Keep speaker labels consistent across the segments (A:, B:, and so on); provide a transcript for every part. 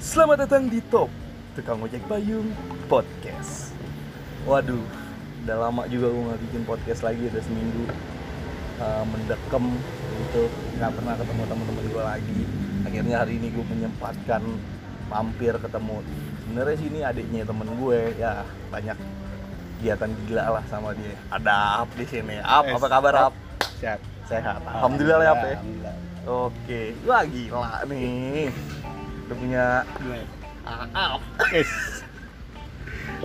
A: Selamat datang di Top Tukang Ojek Payung Podcast Waduh, udah lama juga gue gak bikin podcast lagi, udah seminggu eh, Mendekem gitu, gak pernah ketemu teman-teman gue lagi Akhirnya hari ini gue menyempatkan mampir ketemu Sebenernya sih ini adiknya temen gue, ya banyak kegiatan gila lah sama dia Ada Ap di sini, Ap
B: Eh,
A: apa kabar Ap?
B: Sehat.
A: Sehat, Alhamdulillah ya Ap ya
B: Alhamdulillah.
A: Oke, wah gila nih Udah punya
B: Gimana ya?
A: Ap
B: Yes.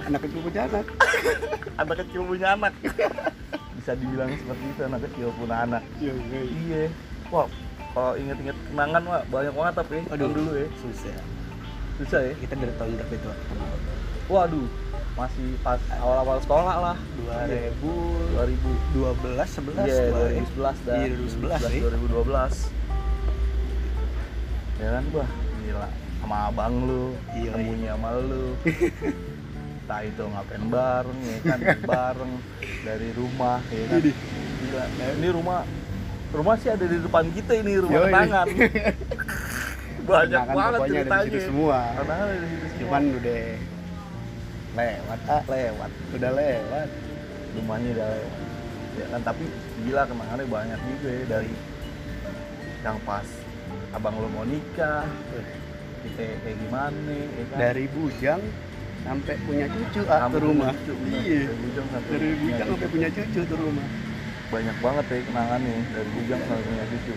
B: Anak kecil punya anak.
A: anak kecil punya anak bisa dibilang seperti itu anak kecil punya anak
B: Iya, iya.
A: iya wah kalau inget-inget kenangan wah banyak banget tapi ya
B: Aduh.
A: Tahun dulu ya
B: Susah.
A: susah ya
B: Kita dari tahun berapa itu?
A: waduh masih pas awal-awal sekolah lah Iya.
B: 2012,
A: 2000
B: 11
A: iya
B: lah ya.
A: 2011 dah
B: Iya, 2011 ya.
A: 2012 ya kan wah gila sama abang lu
B: Iya,
A: sembunyi sama lu entah itu ngapain bareng ya kan bareng dari rumah ya kan
B: Widih.
A: Gila. Nah, ini rumah rumah sih ada di depan kita ini rumah
B: Yoi.
A: kenangan. Banyak
B: Kenangan
A: banget
B: pokoknya ada di
A: ceritanya.
B: situ semua.
A: Kenangan ada di situ semua.
B: Cuman udah lewat ah.
A: lewat
B: Udah lewat.
A: rumahnya udah lewat. Ya kan tapi gila kenangannya banyak juga ya dari yang pas abang lo mau nikah, kita kayak gimana ya kan.
B: Dari bujang sampai punya cucu ah,
A: Sampai
B: tuh rumah.
A: punya cucu, bener.
B: Iya.
A: Dari bujang sampai
B: Dari
A: punya
B: bujang sampai
A: cucu.
B: punya cucu tuh rumah.
A: Iya, banyak banget ya kenangannya dari bujang sampai punya cucu.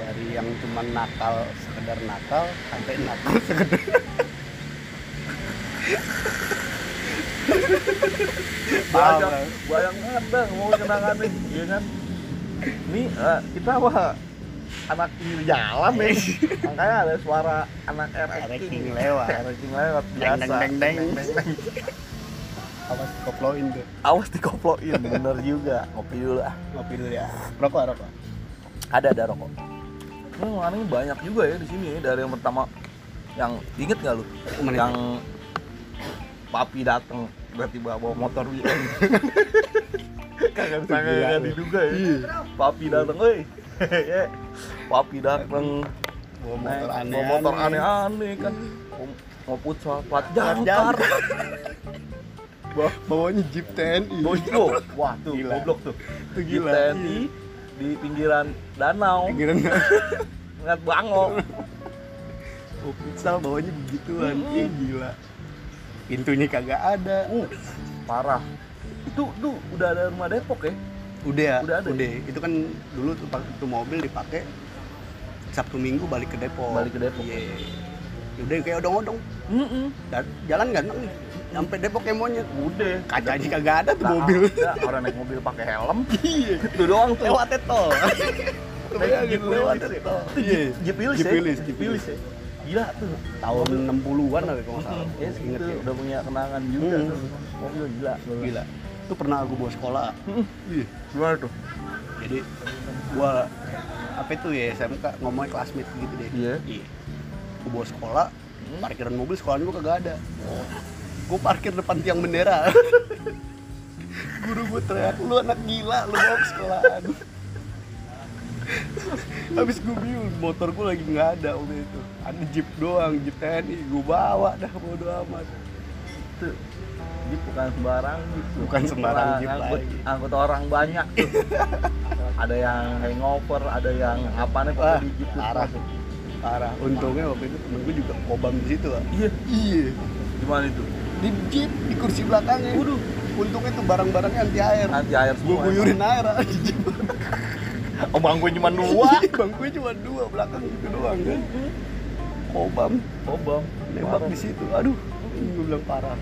B: Dari yang cuman nakal sekedar nakal sampai nakal sekedar Paham,
A: banyak
B: Bang.
A: banyak banget bang mau kenangan nih iya kan ini eh, kita wah anak pinggir jalan nih
B: Iya.
A: makanya ada suara anak
B: Ereking
A: ereking
B: lewat.
A: ereking lewat
B: Deng,
A: biasa
B: deng, deng, deng.
A: deng.
B: awas koploin tuh.
A: awas dikoploin bener juga ngopi dulu ah
B: Ngopi dulu ya. Rokok, rokok.
A: ada ada rokok ini warnanya banyak juga ya di sini dari yang pertama yang inget nggak lu
B: Mana
A: yang papi dateng tiba-tiba bawa motor WM kagak
B: Itu gila
A: kagak
B: lu.
A: diduga ya
B: Iya.
A: papi dateng woi papi dateng
B: Bawa
A: naik-
B: motor aneh.
A: bawa motor aneh-aneh kan Mau- mau putar plat jangkar
B: jangkar. Bawanya Jeep TNI.
A: bosku wah tuh
B: Gila.
A: goblok tuh
B: Itu
A: di
B: gila.
A: TNI di pinggiran danau
B: Pikiran
A: ngeliat bango
B: oh, futsal bawanya begituan.
A: Mm-mm.
B: Ih, gila. Pintunya kagak ada.
A: uh parah itu tuh udah ada rumah Depok ya
B: Udah ya,
A: Udah ada.
B: Itu kan dulu tuh pak- tuh mobil dipakai Sabtu Minggu balik ke Depok.
A: Balik ke Depok.
B: Iya. Udah kayak odong-odong.
A: Mm-mm.
B: Da- Jalan ganteng nih. Sampai Depok kayak monyet.
A: udah
B: Kacanya kagak ada tuh
A: Nah,
B: mobil.
A: ada orang naik mobil pakai helm
B: Iya.
A: itu doang tuh
B: Lewat tol. Bayangin, gitu, lewat
A: Jeep ya?
B: tol.
A: Itu Jeep- Jeep Willys
B: Jeep
A: ya
B: Willys, Jeep
A: Jeep Willys ya gila tuh
B: tahun 60-an lah kalau nggak salah.
A: Mm-mm. Ya,
B: Ingat
A: itu
B: ya.
A: udah punya kenangan juga
B: Hmm.
A: tuh. Mobil gila. Hmm.
B: Gila. Itu pernah aku bawa sekolah.
A: Mm-mm.
B: Iya.
A: Gimana tuh?
B: Jadi gua apa itu ya SMK ngomongnya classmate gitu deh.
A: Iya.
B: Iya. Gua bawa sekolah, parkiran mobil sekolahan gua kagak ada. Gua parkir depan tiang bendera. Guru gua teriak, "Lu anak gila, lu bawa ke sekolahan." Habis gua bingung, motor gua lagi nggak ada waktu itu. Ada jeep doang, jeep TNI. Gua bawa dah bodo amat.
A: Itu Jeep bukan sembarang Jeep. tuh.
B: Bukan sembarang
A: Nah,
B: Jeep
A: angkut,
B: lagi.
A: angkut orang banyak tuh. ada yang hangover, ada yang apa nih pokoknya
B: Wah,
A: di Jeep tuh
B: Ah, parah.
A: semua tuh.
B: Parah. Untungnya waktu itu temen gue juga kobam di situ. Pak.
A: Iya,
B: Iya.
A: gimana itu?
B: Di jeep, di kursi belakangnya.
A: Waduh.
B: Untungnya tuh barang-barangnya anti air.
A: Nanti air
B: Gue
A: semua.
B: guyurin air ah, di jeep.
A: Oh, bang gue cuma dua.
B: Bangkunya cuma dua belakang gitu doang kan. Kobam
A: Oh, bang.
B: nembak
A: Parah.
B: di situ. Aduh, gue bilang parah.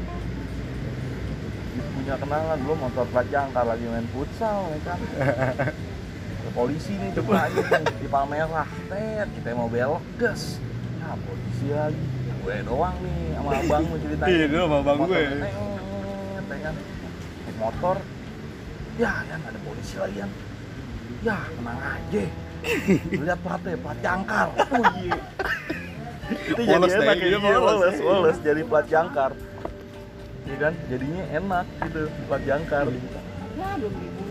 A: punya kenangan belum motor plat jangkar lagi main futsal ya kan Ada polisi nih coba aja kan di merah tet kita mau belok gas ya polisi lagi gue doang nih sama abang mau ceritain
B: Iya, dulu sama abang gue.
A: Motornya neng, ya kan. oh, Naik motor ya yang ada polisi lagi yang ya tenang aja Lu lihat platnya plat jangkar oh iya itu jadi
B: Polos deh,
A: enak
B: iya,
A: ya
B: polos.
A: polos polos jadi plat jangkar ya kan jadinya enak gitu plat jangkar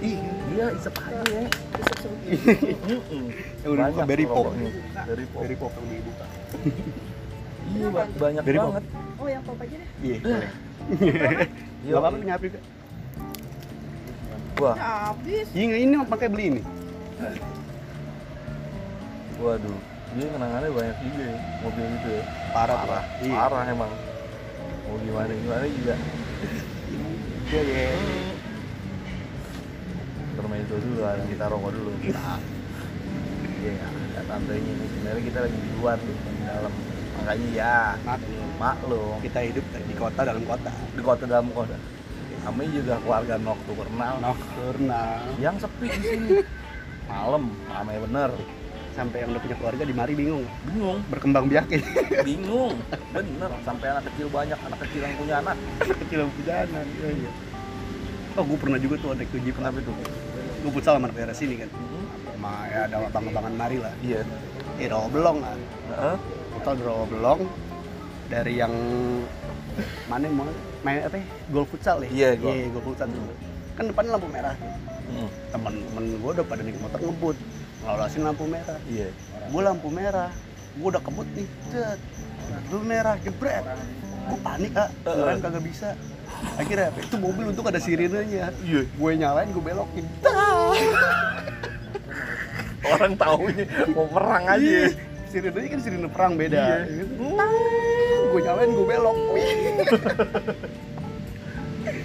B: Ih,
A: iya isep aja ya Mm-mm.
B: Ya udah dibuka,
A: Banyak
B: berry
A: tuh
B: pop.
A: rokoknya. berry pop
B: dari pokok dibuka.
A: Iya, ba- banyak
B: Dari
A: banget.
C: Oh yang pop aja deh.
B: Iya, boleh.
A: Iya,
B: Gak apa-apa nih nyapi kok.
A: Wah,
C: Ya, habis.
B: Iya, nggak, ini pakai beli ini.
A: waduh. Dia kenangannya banyak juga ya, mobil itu ya.
B: Parah, parah. Iya.
A: Parah emang. Mau gimana gimana juga.
B: Iya, iya.
A: Permainan dulu ada kita rokok dulu. Iya, ada tantenya ini sebenarnya kita lagi di luar tuh, di dalam. Makanya ya
B: Maklum.
A: maklum
B: Kita hidup di kota dalam kota.
A: di kota dalam kota. Kami juga keluarga nokturnal
B: Nokturnal.
A: yang sepi di sini. Malam, ramai bener.
B: Sampai yang udah punya keluarga di mari bingung.
A: Bingung.
B: Berkembang biak ya.
A: bingung bener sampai anak kecil banyak anak kecil yang punya anak
B: Kecil perjalanan. Iya, iya. Oh, gue pernah juga tuh ada uji pernah
A: kenapa itu
B: gue futsal sama daerah sini kan sama ya ada abang-abangan mari lah
A: iya
B: di Rawabelong kan
A: Heeh.
B: futsal di Rawabelong dari yang mana mau main apa ya gol futsal ya
A: Iya, gol.
B: iya gol futsal dulu kan depannya lampu merah tuh.
A: Mm.
B: temen-temen gue udah pada naik motor ngebut ngelolasin lampu merah
A: iya
B: gue lampu merah gue udah kebut nih cet lampu merah jebret gue panik ah ngerem kagak bisa akhirnya apa, itu mobil untuk ada sirenenya
A: iya
B: gue nyalain gue belokin Tah!
A: orang taunya mau perang aja
B: Iya, Sirine kan sirine perang beda.
A: Iya.
B: Gue nyalain gue belok.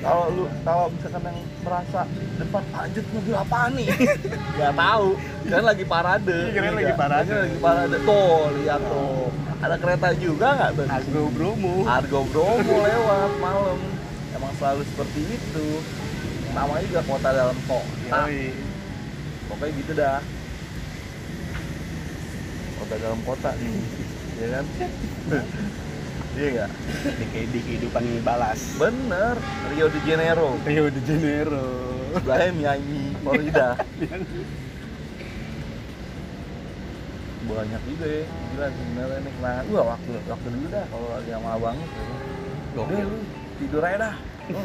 A: kalau lu kalau misalkan yang merasa depan anjir mobil apa nih nggak tahu kan lagi parade
B: Iya, kirain
A: Iya,
B: lagi parade.
A: kirain lagi parade tuh lihat tuh ada kereta juga nggak tuh
B: Agro Bromo.
A: Argo Bromo lewat malam emang selalu seperti itu namanya juga kota dalam kota
B: Yoi.
A: pokoknya gitu dah kota dalam kota nih ya kan iya nggak
B: Di, ke- di kehidupan balas.
A: bener Rio de Janeiro
B: Rio de Janeiro.
A: sebelahnya Miami Florida banyak juga ya gila sebenarnya nih nah gua waktu waktu dulu dah kalau lagi sama abang udah lu tidur aja dah Hmm.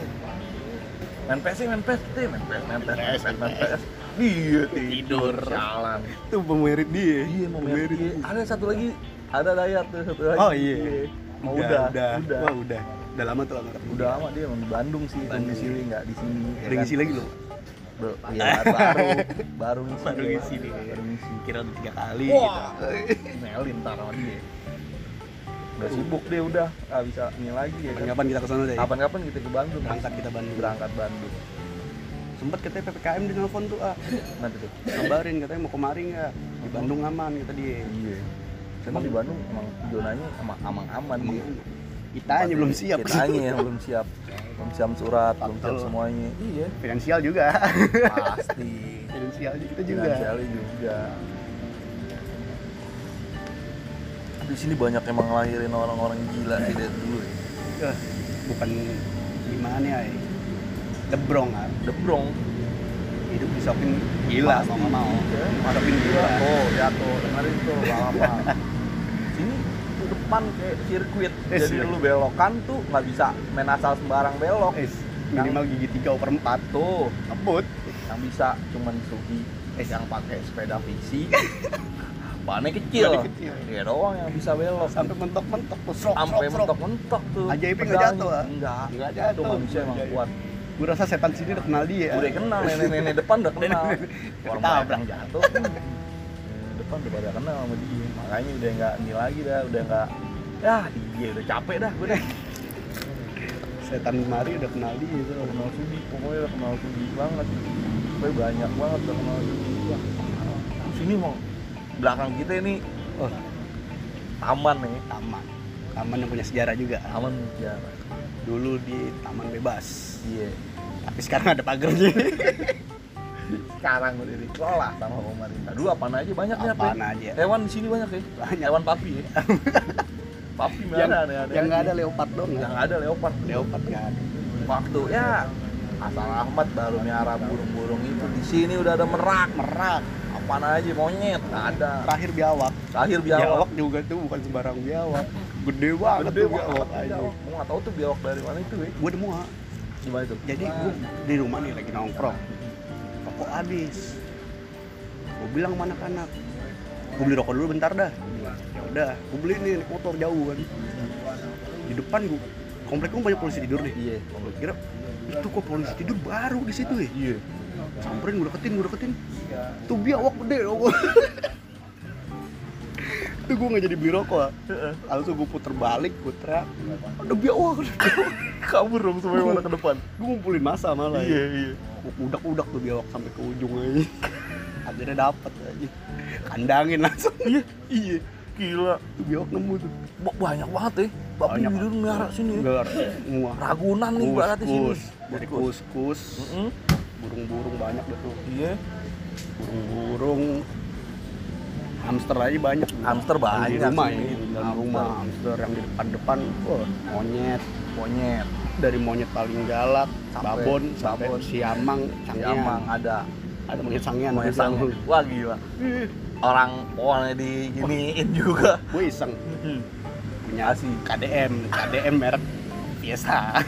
A: main PS sih, main PS sih, main PS main PS main PS main PS dia tidur jalan
B: Itu pemerit dia.
A: Iya mau merit. Iya. Ada satu lagi, ada Dayat tuh satu lagi.
B: Oh iya.
A: Mau udah, udah,
B: udah.
A: udah.
B: Wah, udah. Udah lama tuh lama ketemu.
A: Udah lama dia emang di Bandung sih,
B: Bandung.
A: Bandung sini nggak di sini. ya
B: Ada
A: kan?
B: ngisi lagi loh.
A: Bel- Iya baru, baru ngisi.
B: Baru
A: dia.
B: ngisi dia.
A: Baru ngisi.
B: Kira udah tiga kali
A: Wah.
B: gitu.
A: Melin ntar sama dia. Udah sibuk dia udah, nggak bisa ini lagi ya kan.
B: Kapan kita kesana deh?
A: Kapan-kapan kita ke Bandung,
B: Berangkat kita Bandung.
A: berangkat Bandung.
B: Sempet katanya PPKM di nelfon tuh ah.
A: Nanti tuh.
B: Kabarin katanya mau kemari nggak? Di Bandung aman kata dia.
A: Iya. Emang di Bandung emang zonanya emang aman-aman gitu. dia.
B: Kitanya belum siap.
A: Kitanya yang belum siap. Belum siap surat, belum siap
B: Betul.
A: semuanya. Iya.
B: Finansial juga.
A: Pasti.
B: Finansial kita juga.
A: finansialnya juga di sini banyak emang ngelahirin orang-orang gila sih dari dulu ya.
B: Eh, bukan gimana ya. Debrong kan.
A: debrong
B: Hidup disokin gila
A: Pasti.
B: mau nggak mau.
A: Iya.
B: Masukin gila.
A: oh ya tuh dengerin tuh apa sini tuh depan kayak sirkuit
B: Eh,
A: jadi
B: sirkuit.
A: lu belokan tuh nggak bisa main asal sembarang belok
B: Eh, minimal gigi 3 over 4
A: tuh
B: kebut.
A: yang bisa cuman Sugi
B: Eh,
A: yang pakai sepeda fiksi bannya kecil
B: Bannya kecil.
A: dia doang yang bisa belok
B: Sampai mentok-mentok tuh srok
A: sampai
B: srok, srok.
A: mentok-mentok tuh
B: Ajaibnya nggak
A: pedalnya.
B: jatuh, ah?
A: enggak
B: Nggak
A: jatuh
B: jatuh. Iya,
A: manusia emang
B: Ajaib.
A: kuat
B: Gue rasa setan sini udah kenal dia.
A: udah kenal nenek-nenek depan udah kenal orang
B: Iya. Ketabrak.
A: belakang jatuh nenek depan udah pada kenal sama dia makanya udah nggak ini lagi dah udah nggak ya dia udah capek dah gue dah
B: Setan kemari udah kenal dia. tuh.
A: udah kenal Sudi pokoknya udah kenal Sudi banget pokoknya banyak banget udah kenal Sudi Wah, sini mau belakang kita ini
B: Oh,
A: taman nih
B: taman. Taman yang punya sejarah juga.
A: taman ya
B: Dulu di taman bebas.
A: iya
B: Tapi sekarang ada pagernya.
A: sekarang udah dikelola sama pemerintah dulu apaan aja banyak ya
B: Apaan aja.
A: hewan di sini banyak ya
B: Banyak.
A: hewan papi ya papi mana
B: yang
A: aneh -aneh
B: yang nggak
A: aja.
B: ada leopard dong
A: yang ada leopard
B: leopard nggak ada
A: waktu ya asal Ahmad baru miara burung-burung itu di sini udah ada merak
B: merak
A: apaan aja monyet ada
B: terakhir biawak
A: terakhir biawak
B: biawak juga tuh bukan sembarang biawak gede banget
A: gede
B: tuh
A: banget
B: biawak aja
A: biawak Gua nggak tahu tuh biawak dari mana itu ya
B: gue nemu ah.
A: gimana itu
B: jadi gue di rumah nih lagi nongkrong rokok habis gue bilang sama anak-anak gue beli rokok dulu bentar dah Gua bilang, ya udah gue beli nih naik motor jauh kan di depan gue komplek gue banyak polisi tidur nih
A: iya
B: gue kira itu kok polisi tidur baru di situ ya
A: iya
B: samperin gue deketin gue deketin tuh biawak gede ya loh gua. tuh gue nggak jadi beli rokok ah. langsung gue puter balik gue teriak ada biawak ada biawak
A: kabur dong semuanya
B: Gua-
A: mana ke depan
B: gue ngumpulin masa malah
A: iya
B: ya.
A: iya
B: Gua udak-udak tuh biawak sampai ke ujung aja akhirnya dapet aja kandangin langsung
A: iya iya gila
B: tuh biawak nemu tuh
A: Ba- banyak banget ya bapak
B: Banyak.
A: tidur ngarah sini ya.
B: Enggak, semua
A: ragunan nih ibaratnya sini
B: kus dari kus kus
A: Mm-mm.
B: burung-burung banyak deh tuh
A: iya
B: burung-burung hamster aja banyak
A: Hamster banyak
B: Yang di rumah
A: sih.
B: ya di dalam
A: Hamster.
B: rumah hamster yang di depan depan wah monyet
A: monyet
B: dari monyet paling galak
A: Sampai-
B: babon sampai
A: babon.
B: siamang sangian
A: emang ada
B: ada monyet sangian
A: monyet
B: ada siamang.
A: sangu wah gila
B: Ih,
A: orang pohonnya diginiin juga
B: gue iseng punya
A: Asik.
B: KDM KDM merek biasa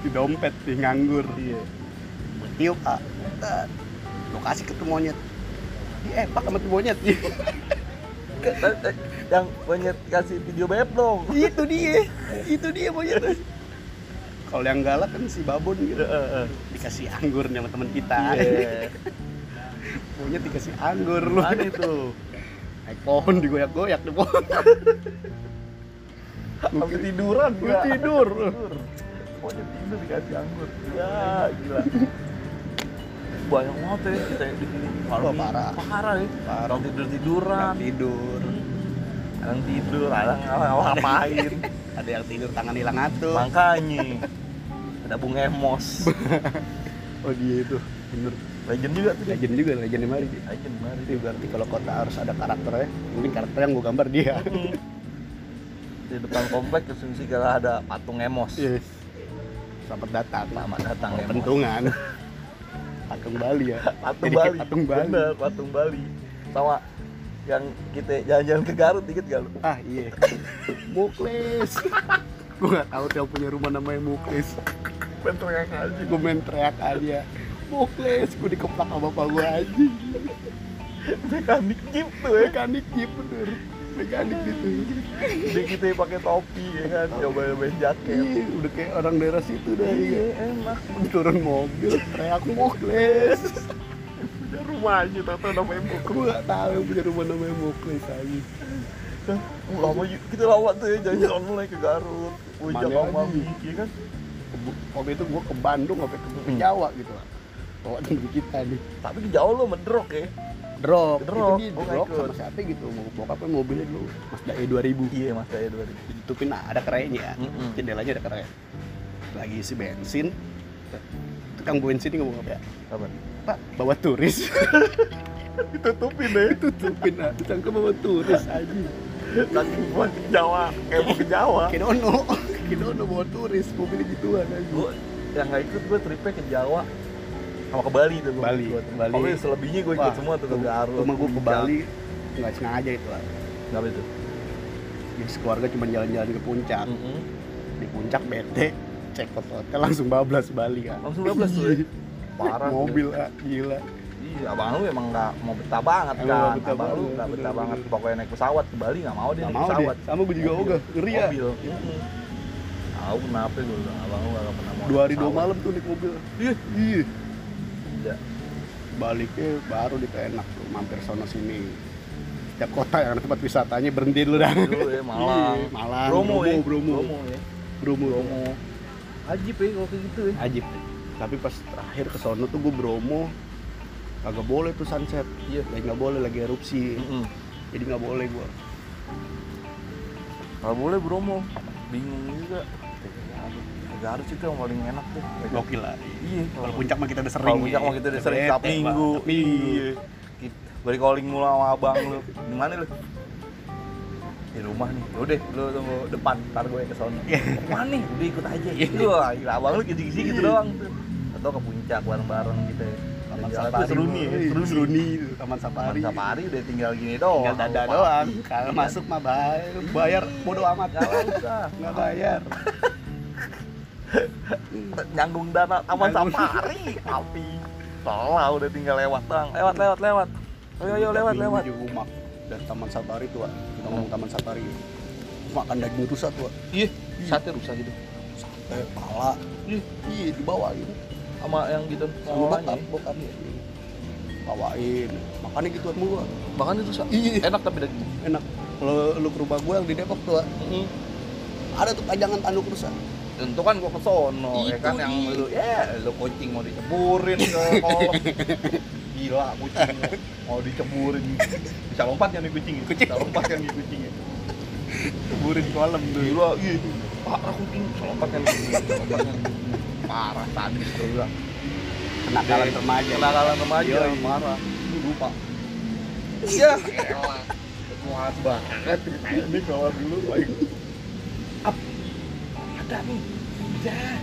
B: di dompet di nganggur
A: iya
B: Gua tiup ah Buset. lokasi ketemu monyet dia epak sama tuh monyet
A: yang monyet kasih video beb dong
B: itu dia itu dia monyet kalau yang galak kan si babon gitu dikasih anggur nih sama teman kita
A: Iya.
B: monyet dikasih anggur lu
A: Apaan itu
B: naik pohon digoyak-goyak di pohon
A: Sampai tiduran
B: lu tidur
A: Tidur. Pokoknya tidur dikasih anggur. Ya, gila. Banyak banget ya kita di sini. Kalau
B: Wah, parah.
A: Parah ya.
B: Parah.
A: Orang tidur tiduran.
B: Nggak tidur
A: Kadang tidur, kadang ngapain.
B: ada yang tidur tangan hilang atuh
A: Makanya. Ada Bung Emos.
B: oh dia itu bener
A: Legend juga tuh. dia.
B: legend juga legend mari
A: Legend mari.
B: itu berarti kalau kota harus ada karakternya mungkin karakter yang gue gambar dia
A: Di depan komplek konsumsi kala ada patung Emos.
B: Yes. Selamat datang.
A: Iya. Selamat datang
B: Kalau
A: Emos.
B: Pentungan. Patung Bali ya.
A: Patung
B: Jadi kayak
A: Bali.
B: Patung Bali.
A: Bener, patung Bali. Sama yang kita jalan-jalan ke Garut dikit gak lu?
B: Ah iya. Muklis. Gue nggak tahu tuh yang punya rumah namanya Muklis.
A: Bentuk yang aja.
B: Gue main teriak aja. Muklis. Gue dikeplak sama bapak gue aja.
A: Mekanik gitu ya.
B: Mekanik iya bener. Mekanik gitu.
A: Jadi kita pakai topi ya kan, coba-cobain jaket.
B: Iya, udah kayak orang daerah situ dah. Iya.
A: enak.
B: Turun mobil, teriak Muklis.
A: Punya rumahnya tata namanya Bok.
B: Gue nggak tahu yang punya rumah namanya Muklis aja.
A: Lama yuk, kita lama tuh ya jalan-jalan mulai ke Garut, Ujak
B: Mana
A: sama
B: lagi?
A: Mami, ya kan?
B: Ke- waktu itu gue ke Bandung sampai ke ke Jawa gitu lah bawa temen kita nih
A: Tapi ke jauh lo medrok ya.
B: drop,
A: Drop.
B: itu dia
A: Oh my
B: drop
A: God.
B: sama siapa gitu mau bokapnya mobilnya dulu Mazda E 2000
A: Iya mas saya dua ribu.
B: ditutupin nah, ada kerainya ya
A: Mm-mm.
B: jendelanya ada kerai lagi isi bensin tukang bensin ini ngomong apa ya
A: Kapan?
B: pak bawa turis
A: Ditutupin ya? deh.
B: tutupin ah ditangkap bawa turis aja
A: Saking buat ke Jawa, kayak mau ke Jawa.
B: kidono kidono bawa turis mobilnya gituan aja
A: Gue yang nggak ikut gue tripnya ke Jawa sama ke Bali tuh gua
B: Bali,
A: ikut.
B: Bali.
A: Pokoknya selebihnya gue ikut
B: Wah,
A: semua tuh ke
B: tuh,
A: Garut.
B: rumah gue ke Bali nggak sengaja itu lah
A: Kenapa itu?
B: jadi keluarga cuma jalan-jalan ke puncak
A: Mm-mm.
B: di puncak bete cek ke hotel langsung bablas Bali kan
A: Langsung 12 tuh. ya. Parah.
B: parah
A: tuh.
B: mobil ah gila
A: Iya, abang lu emang nggak mau betah banget
B: Emang
A: kan?
B: nggak betah
A: abang lu
B: banget,
A: nggak betah
B: bener-bener.
A: banget. Pokoknya naik pesawat ke Bali nggak mau dia
B: nggak
A: naik
B: mau deh
A: pesawat.
B: sama gue juga
A: Mobil.
B: ogah ngeri ya
A: Mobil. Mm-mm. Tahu kenapa gue bilang abang lu nggak pernah mau.
B: dua hari
A: naik
B: dua
A: pesawat.
B: malam tuh naik mobil
A: Ih,
B: iya
A: iya.
B: baliknya baru di enak tuh mampir sono sini setiap kota yang ada tempat wisatanya berhenti dulu dah
A: Dulu ya Malang.
B: Iya, Malang
A: Bromo ya.
B: Bromo Bromo
A: ya.
B: Bromo,
A: Bromo. Ajib ya kalau kayak gitu ya.
B: ajib tapi pas terakhir ke sono tuh gue Bromo kagak boleh tuh sunset
A: Iya.
B: lagi nggak boleh lagi erupsi
A: Mm-mm.
B: jadi nggak boleh gue
A: Kalau boleh Bromo. Bingung juga. Garut itu yang paling enak tuh.
B: gokil lah
A: Iya.
B: Kalau puncak mah kita udah sering. ya.
A: Kalau puncak mah kita udah sering
B: Bete,
A: tiap
B: Bang.
A: minggu.
B: Tiap minggu.
A: Iya. Kita balik calling mulu sama abang lu. Di mana lu? Di rumah nih. Ya Udah, lu tunggu depan, ntar gue ke sono.
B: Iya.
A: Mana nih? Udah ikut aja.
B: Iya.
A: Wah, gila abang lu gitu-gitu gitu
B: Iya.
A: doang tuh. Atau ke puncak bareng-bareng gitu ya.
B: Taman
A: Jalan-jalan
B: Safari.
A: Seruni ya,
B: Seruni.
A: Seruni.
B: itu, gitu, Taman
A: Taman
B: Safari.
A: Safari udah tinggal gini doang.
B: Tinggal dada doang. Kalau masuk mah bayar, bayar bodo amat.
A: Gak usah.
B: Nggak bayar.
A: Nyanggung dana Taman
B: Nyanggung.
A: Safari. Tapi, salah udah tinggal lewat doang. Lewat, lewat, lewat. Ayo, ayo, lewat,
B: Daging
A: lewat.
B: di rumah dari Taman Safari tuh, Wak. kita ngomong Taman Safari. Makan daging rusak tuh, Wak.
A: Iya, sate rusak gitu.
B: sate, pala,
A: Ih.
B: iya dibawa gitu.
A: Sama yang gitu.
B: Sama
A: orangnya
B: bokap,
A: ya.
B: bokap. Bawain, makannya gituan mulu, Wak.
A: Bahkan itu rusak.
B: Iya.
A: Enak tapi daging.
B: enak. Kalau lu ke rumah gue yang di Depok tuh, Wak,
A: Mm-mm.
B: ada tuh pajangan tanduk rusak.
A: Tentu kan gua kesono, ya
B: Itu
A: kan yang
B: dia.
A: lu ya lu kucing mau diceburin ke kolong. Gila kucing mau diceburin. Bisa lompat kan nih kucing. Bisa lompat kan nih kucingnya.
B: Burin kolam
A: Gila, iya. Parah kucing, bisa lompat kan kucing. Lompat kan. Parah sadis tuh gila.
B: Kenakalan remaja.
A: Kenakalan remaja,
B: Yoi.
A: parah. Lu lupa. Iya. elah. Muat banget ini kalau dulu baik. Up. Ada nih. Udah.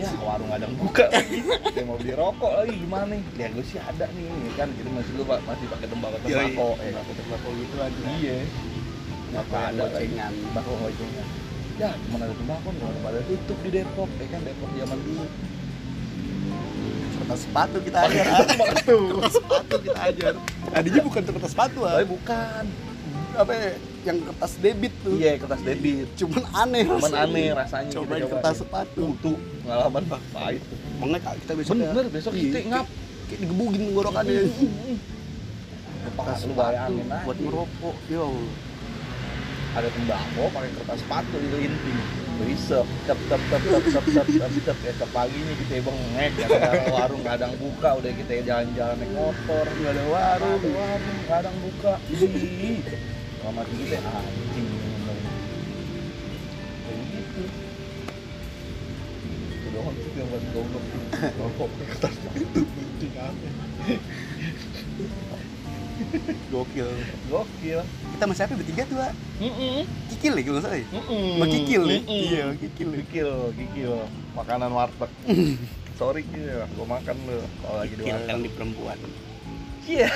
A: Ya warung ada yang buka lagi. Dia mau beli rokok lagi gimana nih? Ya gue sih ada nih ya kan jadi masih lu Pak, masih pakai tembakau
B: Iya,
A: tembakau ya.
B: Aku tembakau gitu aja.
A: Iya.
B: Apa
A: Bakal
B: ada
A: ada lagi.
B: gocengan.
A: Tembakau
B: Iya.
A: gocengan. Ya, cuma ada tembakau, nggak ada pada tutup di Depok, ya kan Depok zaman dulu.
B: Cerita sepatu kita ajar. ah.
A: Waktu.
B: Cerita sepatu kita ajar. Tadinya bukan cerita sepatu, ah.
A: Tapi
B: Wak.
A: bukan.
B: apa ya, yang kertas debit tuh
A: Iya, kertas debit.
B: cuman aneh
A: Cuman
B: rasanya. gitu
A: aneh rasanya
B: coba
A: kita
B: kertas
A: cobain.
B: sepatu
A: Tuh, pengalaman Pak pahit.
B: mengenai ah, kita Iya. besok ya. Iya,
A: Bener, besok kita ngap.
B: kayak digebukin tenggorokannya
A: Kertas sepatu buat ngerokok.
B: yo
A: Ada tembakau pakai kertas sepatu itu inti. Besok tep tep tep tep tep tep tep tep ya ke paginya kita bengek ada warung kadang buka udah kita jalan-jalan naik motor
B: nggak ada
A: warung
B: warung
A: warung kadang buka. Ih. Lama kita anjing. Kayak gitu. Itu doang sih yang buat goblok. Goblok. Kertas sepatu penting apa?
B: gokil
A: Gokil.
B: kita masih apa bertiga tuh Wak?
A: Mm-mm.
B: kikil ya kalau nggak salah ya?
A: Mm-mm.
B: sama kikil ya
A: Mm-mm.
B: iya sama kikil ya.
A: Kikil, kikil. Makanan warteg. Sorry ya, gua makan lu kalau lagi di
B: kikil kan
A: warteg.
B: di perempuan
A: Iya.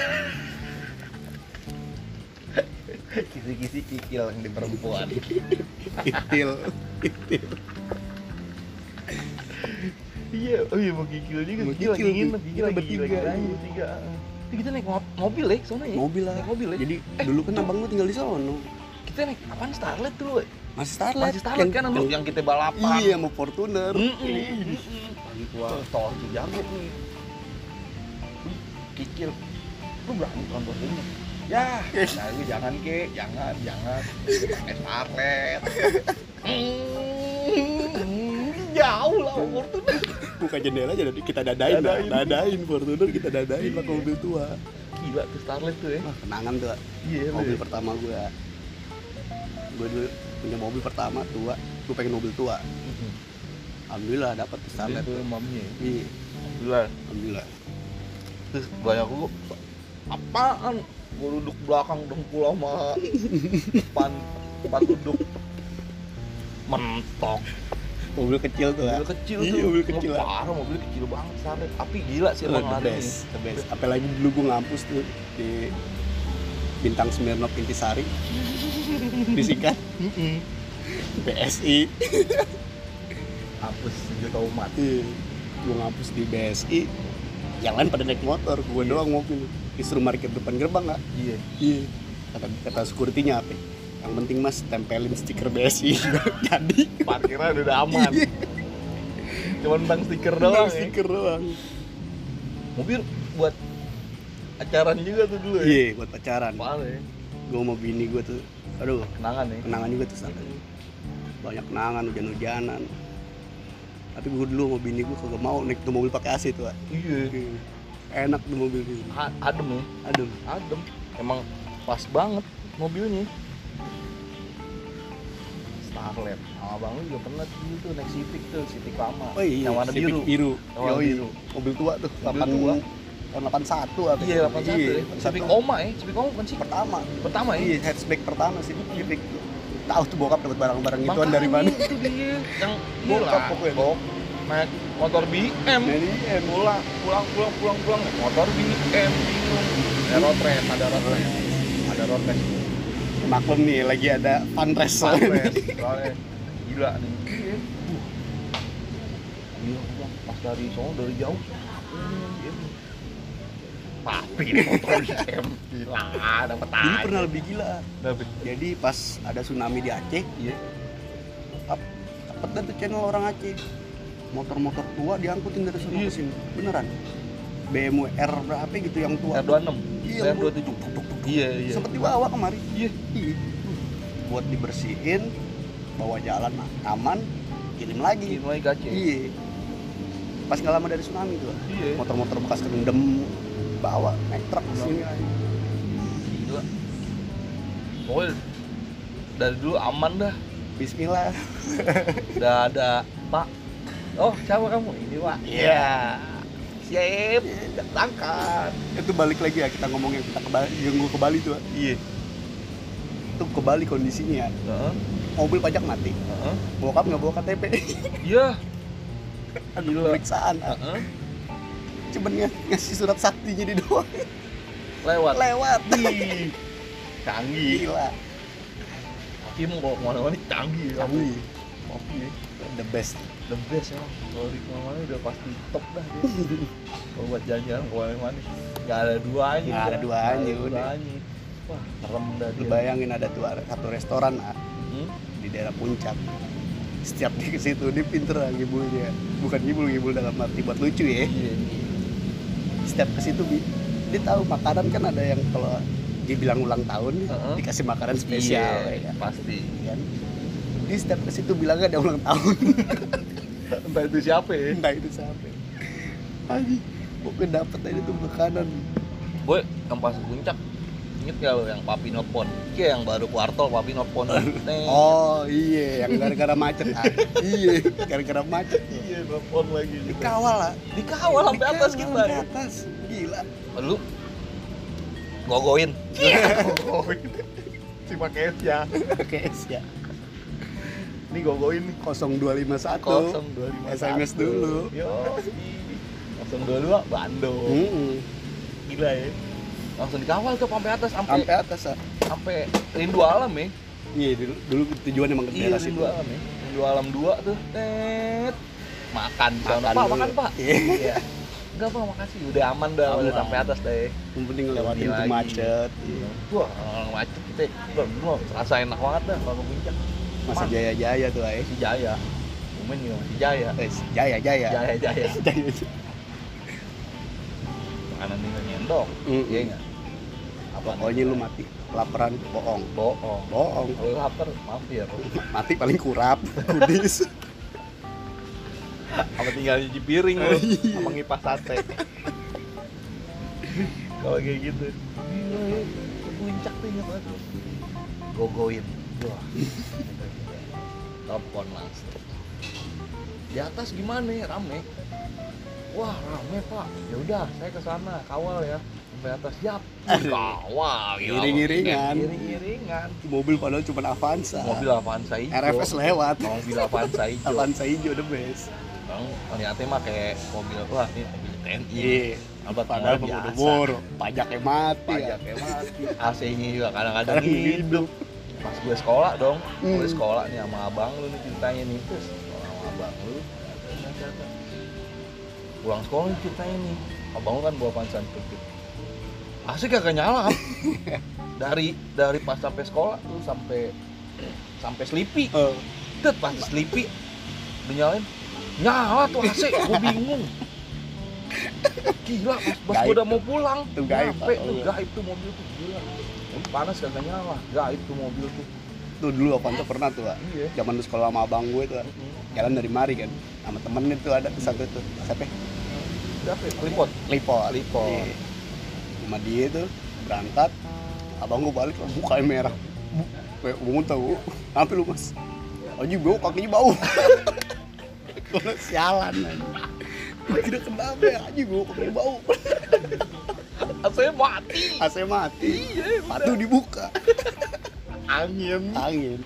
A: Kisi-kisi kikil yang di perempuan.
B: kikil
A: iya, oh iya mau kikil juga.
B: Mau
A: Kikil lagi
B: kikil,
A: ingin,
B: kita
A: kikil lagi
B: bertiga.
A: lagi- lagi bertiga. Jadi kita naik mo- mobil ya, soalnya ya.
B: mobil lah
A: Naik mobil ya.
B: jadi dulu kan abang gua tinggal di sono
A: Kita naik apaan Starlet dulu. ya?
B: masih starlet
A: Masih Starlet kan lu yang kita balapan.
B: iya mau Fortuner
A: Mm-mm. Pagi tua tol Cijago nih. Wih, Kikil. Lu berani kan buat ini? Ya, nah, lu jangan ke, jangan, jangan. Pakai starlet. Mm, Jauh lah umur tuh.
B: buka jendela jadi kita dadain lah.
A: Dadain.
B: dadain Fortuner kita dadain pakai
A: Iya.
B: mobil tua
A: Gila tuh starlet tuh ya.
B: Wah, kenangan tuh Wak.
A: Iya,
B: mobil pertama gue gue dulu punya mobil pertama tua gue pengen mobil tua alhamdulillah dapat
A: Starlet
B: starlet
A: tuh maminya. ya.
B: iya
A: Gila.
B: alhamdulillah
A: Terus banyak gua apaan? Gua duduk belakang dengkul sama depan tempat duduk mentok
B: mobil kecil tuh
A: mobil kecil
B: Iya,
A: tuh
B: mobil kecil lah.
A: parah mobil kecil banget sampai tapi gila sih emang
B: the
A: lari
B: best the best apalagi dulu gue ngampus tuh di bintang Smirnov Intisari disingkat BSI
A: hapus juta umat
B: gue ngampus di BSI yang lain pada naik motor gue
A: Iya.
B: doang mobil disuruh parkir depan gerbang nggak
A: iya
B: Iya. Kata kata security-nya apa? ya? Yang penting Mas tempelin stiker BSI. Jadi
A: parkirnya udah aman
B: Iya.
A: cuman tentang stiker doang ya.
B: stiker doang.
A: mobil buat acaran juga tuh dulu ya
B: Iya, buat pacaran.
A: parah ya
B: Gue mau bini gue tuh. Aduh,
A: kenangan ya
B: kenangan juga tuh sana. Banyak kenangan hujan-hujanan. Tapi gue dulu mau bini gue kagak mau naik tuh mobil pakai AC tuh. Wak.
A: iya
B: Enak tuh mobil ini.
A: A- adem ya
B: Aduh,
A: adem emang pas banget mobilnya Starlet sama bang lu juga pernah dulu tuh naik Civic tuh Civic lama
B: oh iya,
A: yang warna
B: Civic
A: biru
B: biru.
A: Yang warna
B: Yoi.
A: biru.
B: Mobil tua tuh,
A: Mobil
B: 8
A: tua.
B: tahun 81 apa?
A: Iya, 81 ya. Civic
B: Civic
A: Oma ya. Civic Oma bukan sih?
B: pertama.
A: Pertama ya.
B: Iya, hatchback pertama sih Civic. Tahu tuh bokap dapat barang-barang gituan dari mana?
A: Makanya Itu dia yang
B: Bokap
A: gila.
B: pokoknya. Iya,
A: Bok naik motor BM pulang pulang pulang pulang pulang naik motor BM bingung. Ada road race, ada road race. Ada road race.
B: Maklum nih lagi ada fun race.
A: Road race. Soalnya gila nih. Iya. Uh. Iya. Gila, gua pas dari sono dari jauh. Hmm, BM.
C: papi motor IM gila dapat
B: Dulu
C: aja
B: pernah lebih gila.
A: Tapi
B: Jadi pas ada tsunami di Aceh,
A: iya.
B: ap- dapet dah tuh channel orang Aceh. Motor-motor tua diangkutin dari sana
A: Iya.
B: ke sini. Beneran. BMW R berapa gitu yang tua.
A: R26.
B: Iya,
A: R27. Iya, iya.
B: Sempet dibawa kemari.
A: Iya.
B: Iya. Buat dibersihin, bawa jalan aman, kirim lagi.
A: Ini lagi kaca.
B: Iya. Pas nggak lama dari tsunami tuh.
A: Iya.
B: Motor-motor bekas kendem bawa naik truk ke
A: Iya.
B: sini.
A: Gila. Pokoknya dari dulu aman dah.
B: Bismillah.
A: Udah ada Pak. Oh, siapa kamu? Ini Pak.
B: Iya.
A: Siap. Tangkap.
B: Itu balik lagi ya kita ngomong yang kita ke Bali, yang gua ke Bali tuh.
A: Iya.
B: Itu ke Bali kondisinya. ya.
A: Heeh.
B: Mobil pajak mati.
A: Heeh.
B: Bokap nggak bawa KTP.
A: Iya.
B: Ada
A: Gila.
B: pemeriksaan.
A: Heeh.
B: Cuman nge- ngasih surat sakti jadi doang.
A: Lewat.
B: Lewat.
A: Ih, Canggih.
B: Gila.
A: Tapi emang kalau kemana-mana canggih. ya.
B: Canggih.
A: Kopi ya.
B: The best.
A: The best ya. Kalau di kemana-mana udah pasti top dah dia. kalau buat jalan-jalan kemana-mana nggak ada duanya
B: Nggak ada
A: udah. Nggak
B: duanya,
A: ada
B: udah.
A: duanya. wah terem dah
B: Lu
A: dia
B: bayangin ada tuh ada satu restoran ah,
A: Hmm?
B: di daerah puncak setiap dia ke situ dia pinter lah ngibulnya bukan ngibul ngibul dalam arti buat lucu ya
A: iya
B: setiap ke situ Bi, dia tahu makanan kan ada yang kalau dia bilang ulang tahun
A: Heeh.
B: dikasih makanan spesial
A: Iya,
B: ya kan?
A: pasti
B: Kan? dia setiap ke situ bilangnya ada ulang tahun
A: entah itu siapa ya
B: entah itu siapa lagi gue dapet aja tuh makanan
A: boy yang pas puncak inget gak lo yang papi nelfon kayak yang baru kuartal papi nelfon Neng.
B: oh iya yang gara-gara macet ah. iya gara-gara macet
A: iya nelfon lagi gitu.
B: dikawal lah
A: dikawal sampai atas gitu,
B: Dikawal
A: kita
B: sampai atas gila
A: lu gogoin
B: Iya.
A: gogoin si pakai es ya
B: KS ya
A: ini gogoin nih
B: 0251
A: 0251
B: SMS dulu.
A: yo 022 Bandung
B: Mm-mm.
A: gila ya langsung dikawal tuh sampai atas sampai
B: Hmm? sampai atas ah.
A: sampai rindu alam ya
B: iya dulu, dulu tujuan emang ke
A: iya
B: daerah situ
A: rindu alam ya rindu alam dua tuh tet makan di sana.
B: Makan
A: pak
B: dulu."
A: makan pak
B: Iya.
A: iya enggak pak makasih udah aman dah
B: Aman.
A: udah sampai atas deh
B: yang penting lewatin
A: Ini
B: tuh
A: lagi.
B: macet iya.
A: wah orang macet kita belum belum rasa enak banget dah kalau ke puncak
B: masih
A: Mas.
B: jaya-jaya tuh eh
A: si jaya Komen juga masih jaya
B: eh si jaya-jaya
A: jaya jaya
B: jaya
A: makanan tinggal nyendong
B: Mm-mm.
A: iya nggak apa
B: pokoknya lu mati kelaparan bohong
A: bohong
B: bohong
A: kalau lu lapar ya, mampir
B: mati paling kurap kudis
A: apa tinggal nyuci piring lu
B: Oh, iya.
A: sama ngipas sate kalau kayak gitu gila ya ke puncak tuh ingat banget gua. gogoin wah topkon langsung di atas gimana ya rame wah rame pak ya udah saya ke sana kawal ya sampai atas siap kawal gila.
B: Iring-iringan.
A: iring-iringan
B: mobil padahal cuma Avanza
A: iya, mobil Avanza hijau
B: RFS lewat
A: mobil Avanza hijau
B: Avanza hijau the best
A: Bang, ternyata mah kayak mobil wah ini mobil TNI.
B: iya
A: Apa
B: padahal
A: mobil
B: udah
A: biasa.
B: boro pajaknya mati ya.
A: Pajaknya mati. AC-nya juga kadang-kadang
B: Kadang
A: ini.
B: hidup
A: Pas gue sekolah dong, gue
B: Iya. Hmm.
A: sekolah nih sama abang lu nih ceritanya nih terus sekolah sama abang lu. Pulang sekolah nih ceritanya nih, abang lu kan bawa pansan tutup. AC kagak nyala. Am. dari dari pas sampai sekolah tuh sampai sampai sleepy
B: Eh,
A: Tet pas sleepy dinyalain nyala tuh AC gue bingung gila pas, pas gue
B: Gaib
A: udah mau pulang
B: Tuh gaib,
A: nyampe
B: Pak. Iya.
A: tuh gaib tuh mobil tuh gila Tapi panas kagak nyala gaib tuh mobil tuh
B: tuh dulu Avanza pernah tuh Pak.
A: iya Mm-hmm.
B: zaman di sekolah sama abang gue tuh jalan dari mari kan sama temen itu ada satu tuh siapa
A: siapa ya? Clipot
B: Lipo
A: Lipo.
B: Iya. sama dia tuh berangkat abang gue balik lah mukanya merah Bu- kayak gue tahu apa lu mas Aji bau kakinya bau kalau sialan aja gue kira kenapa ya Aji gue kakinya bau
A: AC mati Iya,
B: AC mati patuh dibuka
A: angin
B: angin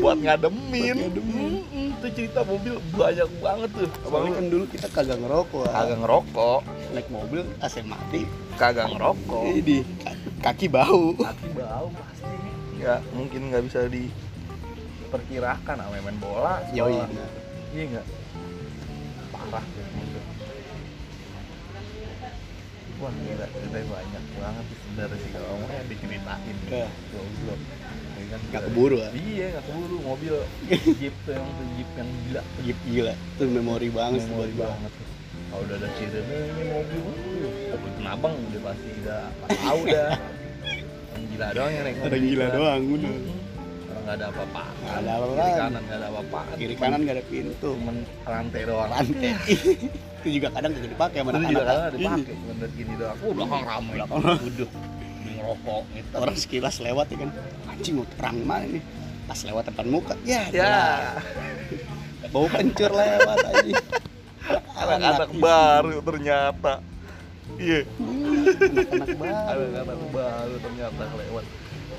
A: buat ngademin,
B: Buat ngademin.
A: Mm-mm, tuh cerita mobil banyak banget tuh abang
B: soalnya
A: lu
B: kan dulu kita kagak ngerokok ah.
A: kagak ngerokok
B: naik mobil AC mati
A: kagak ngerokok
B: ini kaki bau
A: kaki bau pasti ya mungkin nggak bisa diperkirakan sama main bola
B: Yoi.
A: sekolah. iya nggak parah gitu wah gila ceritanya banyak banget sih sebenarnya sih kalau mau ya diceritain
B: Ya.
A: goblok Ya kan,
B: Nggak
A: gua-
B: keburu, ah.
A: iya nggak keburu mobil jeep tuh yang tuh jeep yang gila
B: Jeep gila, itu memori banget sih buat
A: memori
B: gua.
A: banget kalau udah ada sirene ini mobil mobil penabang udah pasti udah tahu dah yang gila doang yang naik
B: Ada
A: mobil
B: gila
A: kan.
B: doang, udah.
A: Orang nggak ada apa-apa
B: Nggak ada
A: kiri
B: apa-apaan.
A: kanan nggak ada apa-apa Iya,
B: Kiri kanan gak ada pintu,
A: cuman rantai doang
B: lantai. itu juga kadang gak dipakai sama
A: itu juga kadang gitu,
B: anak-anak.
A: ada
B: Iya.
A: dipakai cuman dari gini doang oh belakang ramai
B: Belakang.
A: duduk ngerokok gitu
B: Orang sekilas lewat ya kan, anjing mau perang mana nih? Pas lewat depan muka, ya,
A: ya
B: jelas. bau kencur lewat aja.
A: anak-anak baru ternyata iya
B: Nah. Anak-anak baru.
A: anak-anak baru ternyata lewat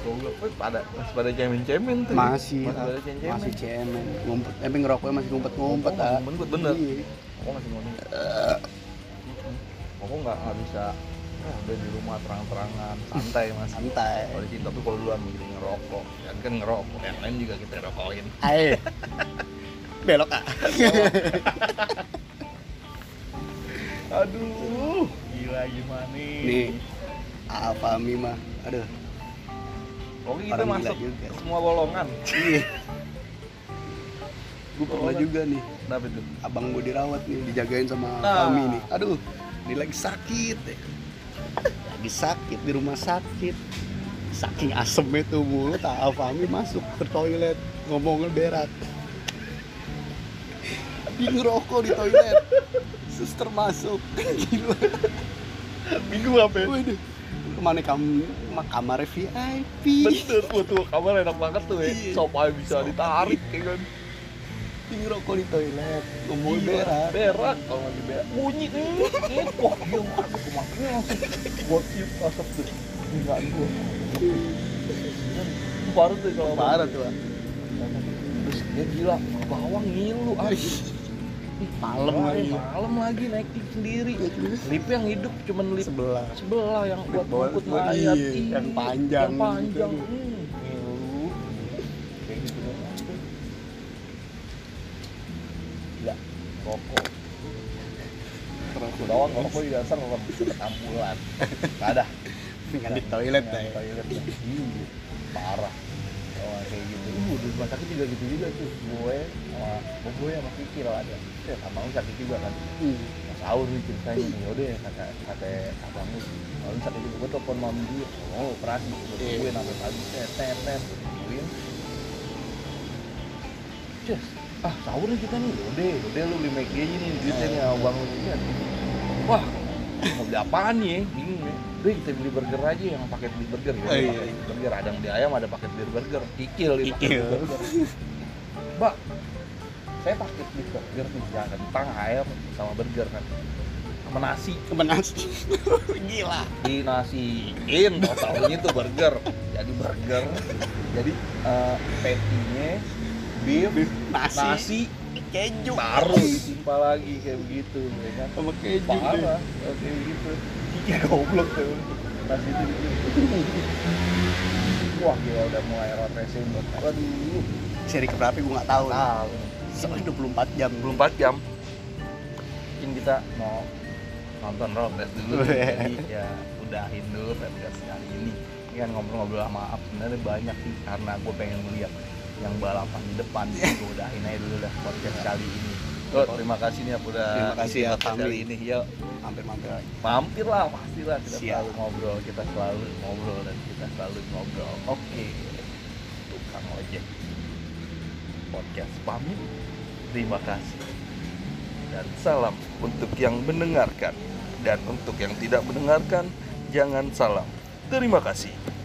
A: goblok Wih, pada masih pada cemen-cemen tuh
B: Masih,
A: masih pada
B: masih,
A: cemen-cemen
B: cemen. Ngumpet, tapi ngerokoknya masih ngumpet-ngumpet.
A: Ngerokok
B: ah.
A: masih ngumpet, Oh, bener. Eh.
B: Iya.
A: aku masih ngomong aku nggak nggak bisa ya, udah di rumah terang-terangan santai mas
B: Santai.
A: kalau di sini tapi kalau duluan gitu ngerokok kan kan ngerokok yang lain juga kita rokokin
B: Ayo. Belok ah.
A: aduh gila gimana
B: Nih. Apa Mima? Aduh.
A: Oke kita
B: Orang gila
A: masuk
B: juga.
A: semua golongan
B: Iya. Gue pernah juga nih,
A: Kenapa itu?
B: abang gue dirawat nih, dijagain sama
A: Nah.
B: kami nih. Aduh, dia lagi sakit. ya. Lagi sakit di rumah sakit. Saking asemnya tuh mulut, tak Fami masuk ke toilet, ngomongnya berat. Dia ngerokok di toilet. Suster masuk. Gila.
A: Minggu apa ya?
B: Waduh. Kemana kamu? Ma- Kamarnya VIP.
A: Bener, wah tuh kamar enak banget tuh ya
B: Iya.
A: Sop aja bisa
B: Sop.
A: ditarik ya kan
B: Dia ngerokok di toilet, ngomong
A: Gila,
B: berat.
A: Berak, kalau lagi berak Bunyi nih nih. Wah dia masuk kemarin langsung Buat cium asap tuh Gilaan gua Kan, itu Baru tuh kalau
B: Parah tuh. ah.
A: Terus dia gila, ke bawah ngilu anjing
B: Malam
A: Wah,
B: lagi.
A: Malam lagi naik lift sendiri Lip yang hidup cuman lip
B: Sebelah.
A: sebelah yang buat
B: bawah
A: rumput
B: sebelah,
A: mayat
B: iya,
A: Ih,
B: yang panjang
A: yang panjang
B: gitu.
A: Hmm, ngilu. kayak gitu doang. gila Iya. rokok doang rokok juga serem deket ambulan nggak ada
B: Dengan di toilet
A: Yang
B: dah. ya.
A: toilet dah. Iya, parah kalau kayak gitu uh, di rumah sakit juga gitu juga tuh gue sama oh, gue sama Kiki lah ada ya sama lu sakit juga kan
B: Hmm.
A: Mas Aur nih ceritanya nih, yaudah ya kata kata abang lu Lalu saat itu gue gitu, telepon mam dia, oh operasi Gue
B: Iya.
A: tungguin sampai pagi, tet tet tet Gue tungguin Cus, ah sahur nih kita nih, yaudah yaudah lu beli McD aja nih duitnya nih sama abang lu Iya. Wah, mau beli apaan nih ya, bingung ya Udah kita beli burger aja yang paket beli burger ya
B: Oh, iya.
A: paket beli burger, ada yang beli ayam, ada paket beli burger Kikil di paket beli
B: Kikil.
A: burger Mbak, saya paket beli burger nih, ya kentang, ayam, sama burger kan sama nasi
B: Kemenas. Gila.
A: di nasiin totalnya itu burger jadi burger jadi eh, patty-nya beef
B: Nasi.
A: nasi
B: Keju.
A: baru ditimpa lagi kayak begitu ya kan
B: Sama keju. Iya,
A: parah kalau kayak gitu kiki goblok tuh nasi itu gitu. wah gila udah mulai rotasi buat aduh
B: Seri keberapa gue nggak tahu.
A: tahu
B: Soalnya 24 jam.
A: 24 jam mungkin kita mau nonton road race dulu jadi ya udahin dulu road race kali ini ini kan ngobrol-ngobrol sama Ab sebenarnya banyak sih karena gue pengen melihat yang balapan di depan jadi gue udahin aja dulu dah podcast kali ini Lo, terima kasih nih Ab udah
B: Iya. Terima kasih ya,
A: podcast kali
B: kami.
A: ini yuk
B: Hampir-hampir lagi.
A: mampirlah pastilah kita
B: Siap.
A: selalu ngobrol kita selalu ngobrol dan kita selalu ngobrol oke tukang ojek podcast pamit terima kasih dan salam untuk yang mendengarkan dan untuk yang tidak mendengarkan jangan salam terima kasih